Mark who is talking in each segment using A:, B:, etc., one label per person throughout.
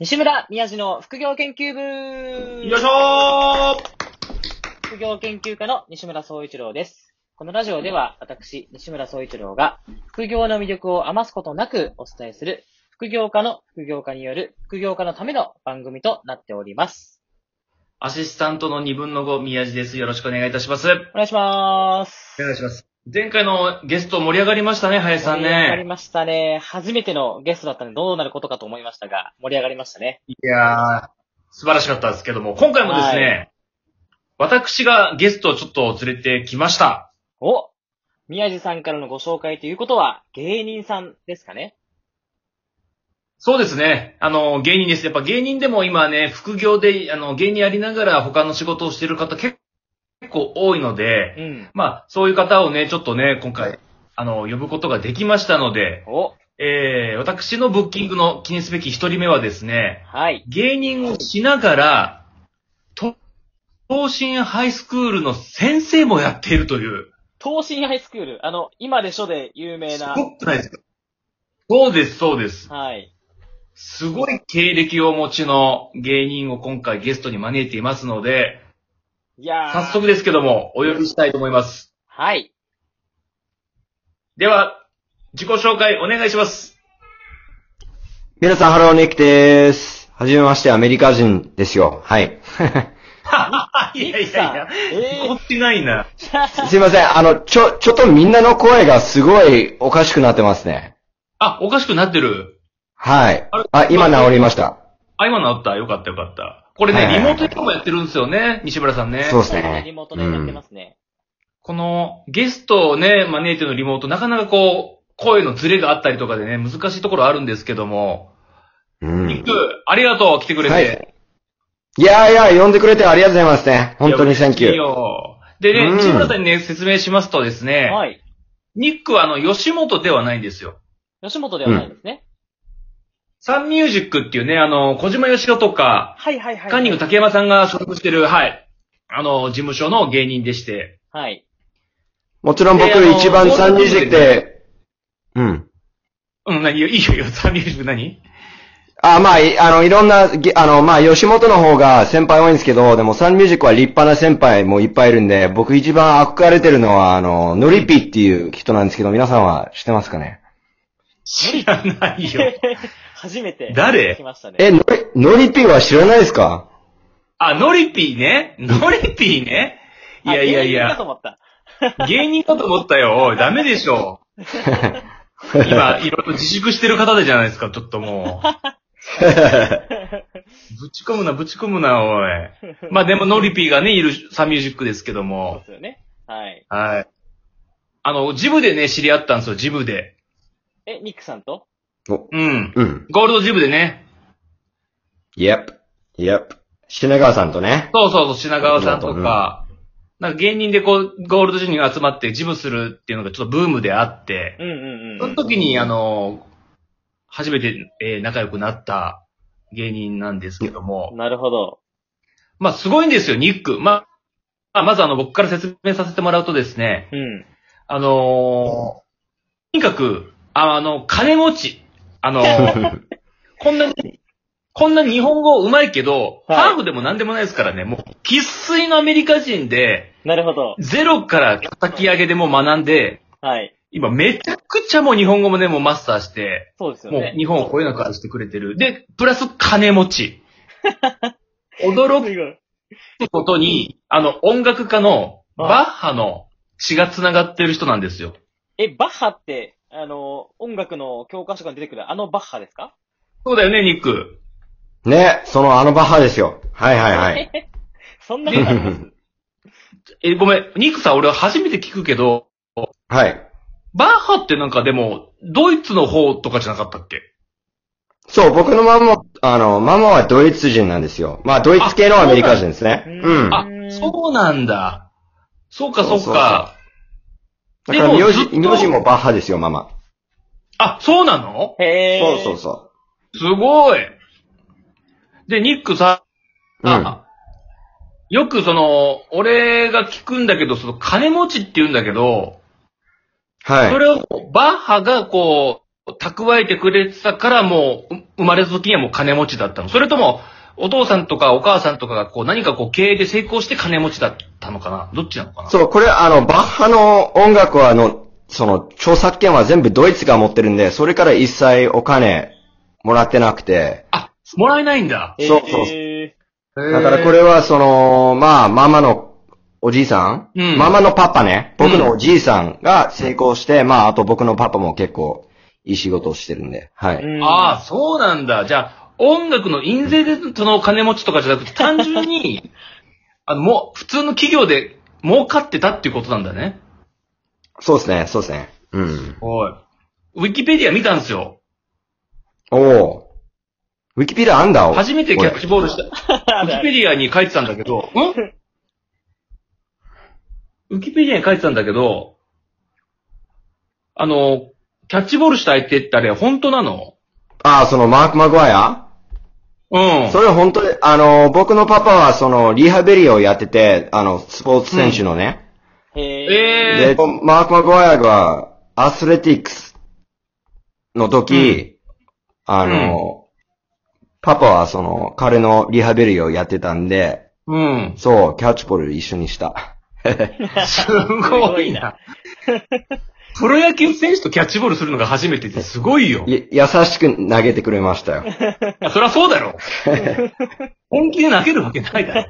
A: 西村宮治の副業研究部
B: よいしょー
A: 副業研究家の西村総一郎です。このラジオでは私、西村総一郎が副業の魅力を余すことなくお伝えする副業家の副業家による副業家のための番組となっております。
B: アシスタントの2分の5、宮地です。よろしくお願いいたします。
A: お願いします。
B: 願いします。前回のゲスト盛り上がりましたね、林さん
A: 盛り上がり
B: ね。
A: ましたね。初めてのゲストだったのでどうなることかと思いましたが、盛り上がりましたね。
B: いやー、素晴らしかったですけども、今回もですね、私がゲストをちょっと連れてきました。
A: お宮治さんからのご紹介ということは芸人さんですかね
B: そうですね。あの、芸人です。やっぱ芸人でも今ね、副業で、あの、芸人やりながら他の仕事をしてる方結結構多いので、
A: うん。
B: まあ、そういう方をね、ちょっとね、今回、あの、呼ぶことができましたので、
A: お
B: えー、私のブッキングの記念すべき一人目はですね、
A: はい。
B: 芸人をしながら、と東進ハイスクールの先生もやっているという。
A: 東進ハイスクール。あの、今でしょで有名
B: す
A: な。
B: ごくないですかそうです、そうです。
A: はい。
B: すごい経歴をお持ちの芸人を今回ゲストに招いていますので、
A: いやー。
B: 早速ですけども、お呼びしたいと思います。
A: はい。
B: では、自己紹介お願いします。
C: 皆さん、ハローネイキです。はじめまして、アメリカ人ですよ。はい。
B: いやいやいや、
A: え
B: こってないな。
C: すいません、あの、ちょ、ちょっとみんなの声がすごいおかしくなってますね。
B: あ、おかしくなってる。
C: はい
B: あれ。
C: あ、今治りました。
B: あ、今のあったよかったよかった。これね、
C: はい
B: リモートでもやってるんですよね、西村さんね。
C: そう
A: ー、
C: ですね。
A: リモートでやってますね。
B: この、ゲストをね、招いてのリモート、なかなかこう、声のズレがあったりとかでね、難しいところあるんですけども。
C: うん。
B: ニック、ありがとう、来てくれて。
C: はい。いやいや、呼んでくれてありがとうございますね。本当にセンキ
B: い
C: ュ
B: い
C: ー。
B: よ。でね、
C: うん
B: 西村さんにね、説明しますとですね、
A: はい。
B: ニックはあの、吉本ではないんですよ。
A: 吉本ではないですね。
B: サンミュージックっていうね、あの、小島よしおとか、
A: はいはいはい。
B: カンニング竹山さんが所属してる、はい、あの、事務所の芸人でして、
A: はい。
C: もちろん僕
B: いやあの
C: 一番サンミュージックで、うん。
B: うん、何よ、いいよいいよ、サンミュージック何
C: あ、まあ、いあの、いろんな、げあの、まあ、吉本の方が先輩多いんですけど、でもサンミュージックは立派な先輩もいっぱいいるんで、僕一番憧れてるのは、あの、ノリピっていう人なんですけど、皆さんは知ってますかね
B: 知らないよ。
A: 初めて。
B: 誰
A: 聞きましたね。
C: え、ノリ、ノリピは知らないです か
B: あ、ノリピーね。ノリピーね。い
A: あ
B: やいやい
A: 芸人だと
B: や、
A: 思った。
B: 芸人かと思ったよ。おい、ダメで しょ。今、いろいろ自粛してる方でじゃないですか、ちょっともう。ぶち込むな、ぶち込むな、おい。まあでも、ノリピーがね、いるサンミュージックですけど
A: そう
B: も
A: で。すよね。はい。
B: はい。あの、ジムでね、知り合ったんですよ、ジムで。
A: え、ニックさんと
B: うん。
C: うん。
B: ゴールドジムでね。
C: Yep. Yep. 品川さん とね。
B: そうそうそう、品川さんとか。なんか芸人でこう、ゴールドジムに集まってジムするっていうのがちょっとブームであって。
A: うんうんう
B: その
A: ん。
B: 時に、あの、初めて、えー仲良くなった芸人なんですけども、
A: なるほど。
B: まあ、すごいんですよ、ニック。まあ、まあまずあの、僕から説明させてもらうとですね、
A: うん。
B: あのーとにかく、ああの、金持ち。あのこんなに、こんな日本語上手いけど、
A: はい
B: ハーフでも何でもないですからね、もう、喫水のアメリカ人で、
A: なるほど。
B: ゼロから叩き上げでもう学んで、
A: はい。
B: 今めちゃくちゃもう日本語もね、もうマスターして、
A: そうですよ
B: もう
A: ね。
B: 日本をこういうのからしてくれてる。で、プラス金持ち。
A: す
B: 驚く
A: ごい。
B: ことに、あの、音楽家のバッハの血が繋がってる人なんですよ。
A: え、バッハって、あの、音楽の教科書に出てくるあのバッハですか
B: そうだよね、ニック。
C: ね、そのあのバッハですよ。はいはいはい。
A: そんなことあります
B: え、ごめん、ニックさん、俺初めて聞くけど、
C: はい。
B: バッハってなんかでも、ドイツの方とかじゃなかったっけ
C: そう、僕のママ、あの、ママはドイツ人なんですよ。まあ、ドイツ系のアメリカ人ですね。
A: あ
C: う
A: そうなん
B: あそうな
C: ん。だ、
B: んだ。そうか、
C: そ
B: そうう
C: そうそう
B: か。
C: か
B: で
C: ら
B: も
C: 名
B: ずっと
C: 字、名字もバッハですよ、ママ。
B: あ、そうなの
A: へ
C: そ
A: ー。
C: うそうそ
B: すごい。で、ニックさ、
C: う。うん。
B: あよくその、俺が聞くんだけど、その金持ちって言うんだけど、
C: はい
B: そ。れをバッハがこ蓄えてくれてたからもう、う生まれた時にはもう金持ちだったのそれとも、お父さんとかお母さんとかがこう何かこう経営で成功して金持ちだったのかなどっちなのかな
C: そう、これあの、バッハの音楽はあの、その、著作権は全部ドイツが持ってるんで、それから一切お金もらってなくて、
B: あ、もらえないんだ。
C: そうそう
A: え
B: だ
C: だからこれはその、まあ、ママのおじいさん、
B: うん
C: ママのパパね、僕のおじいさんが成功して、まあ、あと僕のパパも結構いい仕事をしてるんで、は
A: ー
C: い。
A: うん
B: ああ、そうなんだ。じゃあ、音楽の印税でその金持ちとかじゃなくて、単純に、 あの、もう、普通の企業で儲かってたっていうことなんだね。
C: そうですね、そうですね。うん。
B: はい。ウィキペディア見たんですよ。
C: おおー。ウィキペディアあんだ
B: 初めてキャッチボールした。ウ
A: あ
B: ィ
A: る
B: キ
A: あ
B: ペ
A: る
B: ディアに書いてたんだけど、んウィキペディアに書いてたんだけど、あの、キャッチボールした相手ってあれ、本当なの
C: ああ、そのマーク・マグワイア
B: うん。
C: それ本当に、あの、僕のパパはその、リハビリをやってて、あの、スポーツ選手のね。
A: へえ。
B: ええ
C: で、マーク・マグワイアが、アスレティックスの時、あの、パパはその、彼のリハビリをやってたんで、
B: うん。
C: そう、キャッチボール一緒にした。
B: すごいな。プロ野球選手とキャッチボールするのが初めてってすごいよ。
C: い優しく投げてくれましたよ。
B: そりゃそうだろ。本気で投げるわけないだろ。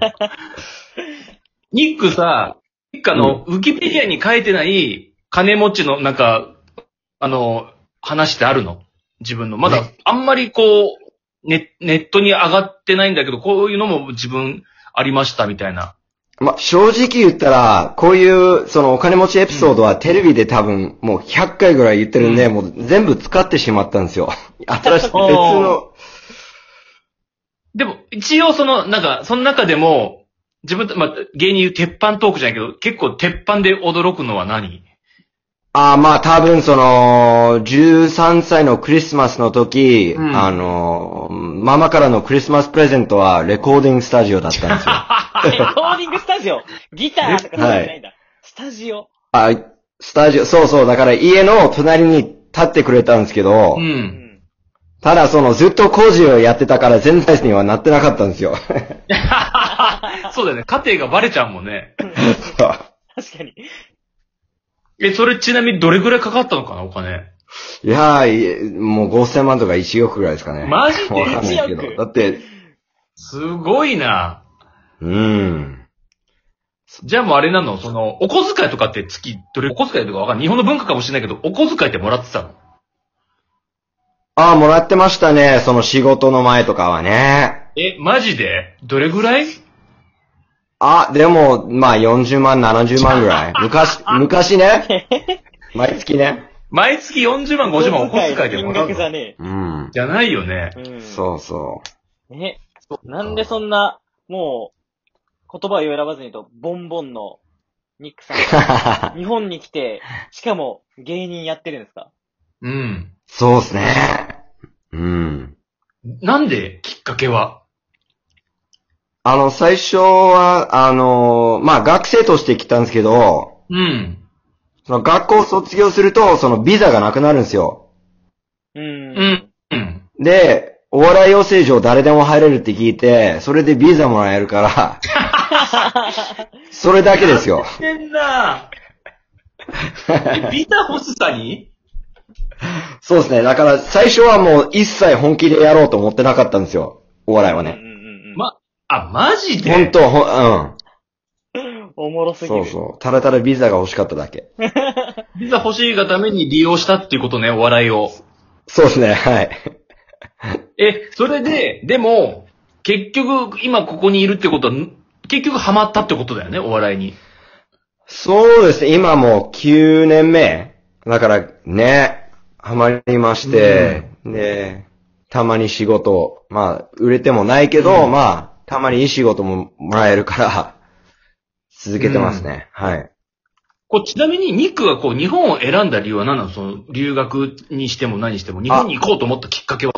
B: ニックさ、ニックあの、ウィキペディアに書いてない金持ちのなんか、あの、話ってあるの自分の。まだ、あんまりこう、ネネットに上がってないんだけど、こういうのも自分ありましたみたいな。
C: ま、正直言ったら、こういう、そのお金持ちエピソードはテレビで多分もう100回ぐらい言ってるんで、
B: う
C: もう全部使ってしまった んですよ。新しい、別の、
B: でも、一応その、なんか、その中でも、自分と、まあ、芸人言う鉄板トークじゃないけど、結構鉄板で驚くのは何
C: ああ、まあ多分その、13歳のクリスマスの時、
B: うん
C: あの、ママからのクリスマスプレゼントはレコーディングスタジオだったんです よ。
A: レコーディングスタジオギターとかそうじゃないんだ。スタジオ
C: あスタジオ、そうそう、だから家の隣に立ってくれたんですけど、
A: う
B: う。
A: んん。
C: ただそのずっと工事をやってたから全体にはなってなかったんですよ。
B: そうだよね。家庭がバレちゃうもんね。
C: そう
A: 確かに。
B: え、それちなみにどれぐらいかかったのかな、お金。
C: いやー、いえもう5000万とか1億ぐらいですかね。
B: マジで
C: わかんないけ
A: 1億
C: ど。だって、
B: すごいな。
C: うん。
B: じゃあもうあれなのその、お小遣いとかって月、どれ、お小遣いとかわかんない。日本の文化かもしれないけど、お小遣いってもらってたの
C: ああ、もらってましたね。その仕事の前とかはね。
B: え、マジでどれぐらい
C: あ、でも、まあ40万、70万ぐら い。昔、昔ね。毎月ね。
B: 毎月40万、50万お小遣いでもらう
A: 金額じゃ
B: の
A: ね
C: うん。
B: じゃないよね。
A: え。うん。
C: そうそう。
A: う。ね。なんでそんな、もう、言葉を選ばずにと、ボンボンのニックさん が日本に来て、しかも芸人やってるんですか
B: うん。
C: そうっすね。うん。
B: なんできっかけは
C: あの、最初は、あのーまあ学生として来たんですけど、
B: うん。
C: その学校を卒業すると、そのビザがなくなるんですよ。
A: うん。
B: うん。うん。
C: で、お笑い養成所誰でも入れるって聞いて、それでビザもらえるから、 それだけですよ。
B: てん なぁ。ビタ欲しさに
C: そうですね。だから最初はもう一切本気でやろうと思ってなかったんですよ。お笑いは
A: うんうん
C: ね。
A: うんうん。
B: まあ、マジで
C: 本当ほん、
A: おもろ
C: う
A: すぎ
C: ん。そう
A: る。
C: そう。ただただビザが欲しかっただけ。
B: ビザ欲しいがために利用したっていうことね、お笑いを。
C: そうですね。はい。
B: え、それで、でも、結局、今ここにいるってことは、ん結局ハマったってことだよね、お笑いに。
C: そうですね。今もう9年目。だからね、ハマりまして、で、たまに仕事、まあ、売れてもないけど、
B: うん
C: まあ、たまにいい仕事ももらえるから、 続けてますね。はい。
B: こうちなみに、ニックがこう、日本を選んだ理由は何なのその、留学にしても何にしても、日本に行こうと思ったきっかけは。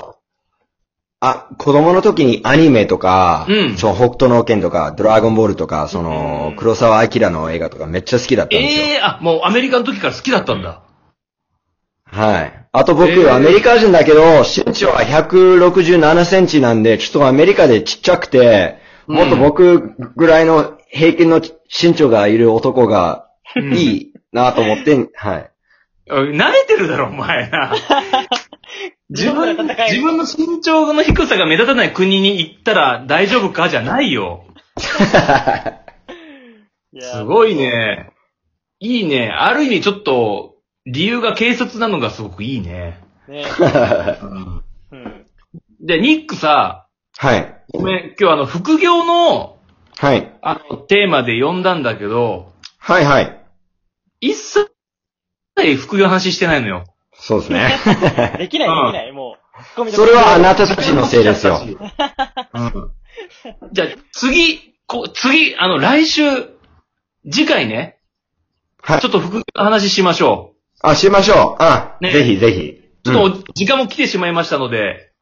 C: あ、子供の時にアニメとか、
B: うん
C: そう、北斗の拳とか、ドラゴンボールとか、その、
A: うん
C: 黒沢明の映画とかめっちゃ好きだったんですよ。
B: ええー、あ、もうアメリカの時から好きだったんだ。
C: はい。あと僕、
B: えー
C: アメリカ人だけど、身長は167センチなんで、ちょっとアメリカでちっちゃくて、
B: うん
C: もっと僕ぐらいの平均の身長がいる男が
B: うん
C: いいなと思って、 はい。
B: おい慣れてるだろ、お前な。自
A: 自
B: 分、
A: 分ら戦え
B: 自分の身長の低さが目立たない国に行ったら大丈夫かじゃないよ。
A: いやー
B: すごい。ね。いいね。ある意味ちょっと、理由が軽率なのがすごくいいね。
A: ねうん。
B: で、ニックさ、
C: はい。
B: ごめん、今日あの、副業の、
C: はい。
B: あの、テーマで呼んだんだけど、
C: はいはい。
B: 一切副業の話してないのよ。
C: そうですね。
A: できな
B: う
A: い、
B: ん
A: できない、もう。ツッコミどこ
C: そ
A: ろ
C: れはあなたたちのせいですよ。
B: うん。じゃあ、次、こ次、あの、来週、次回ね、
C: はい
B: ちょっと副業の話しましょ
C: あ、しましょう。あ、
B: ね
C: ぜひぜひ。
B: う。ちょ
C: う
B: っ
C: ん
B: とお、時間も来てしまいましたので、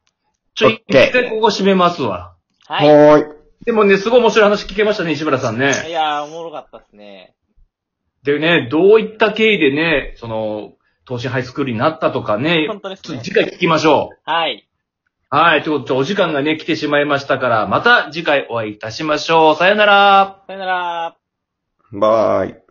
B: ちょ、
C: オッ
B: 一
C: ケー
B: 回ここ締めますわ。
A: はい。
C: はーい。
B: でもね、すごい面白い話聞けましたね、石村さんね。
A: いやー、おもろかったですね。
B: でね、どういった経緯でね、その、東進ハイスクールになったとかね、
A: 本当です
B: ちょっ
A: ね
B: と。次回聞きましょう。
A: はい。
B: はい、ということで、お時間がね、来てしまいましたから、また次回お会いいたしましょう。さよなら。
A: さよなら。
C: バイ。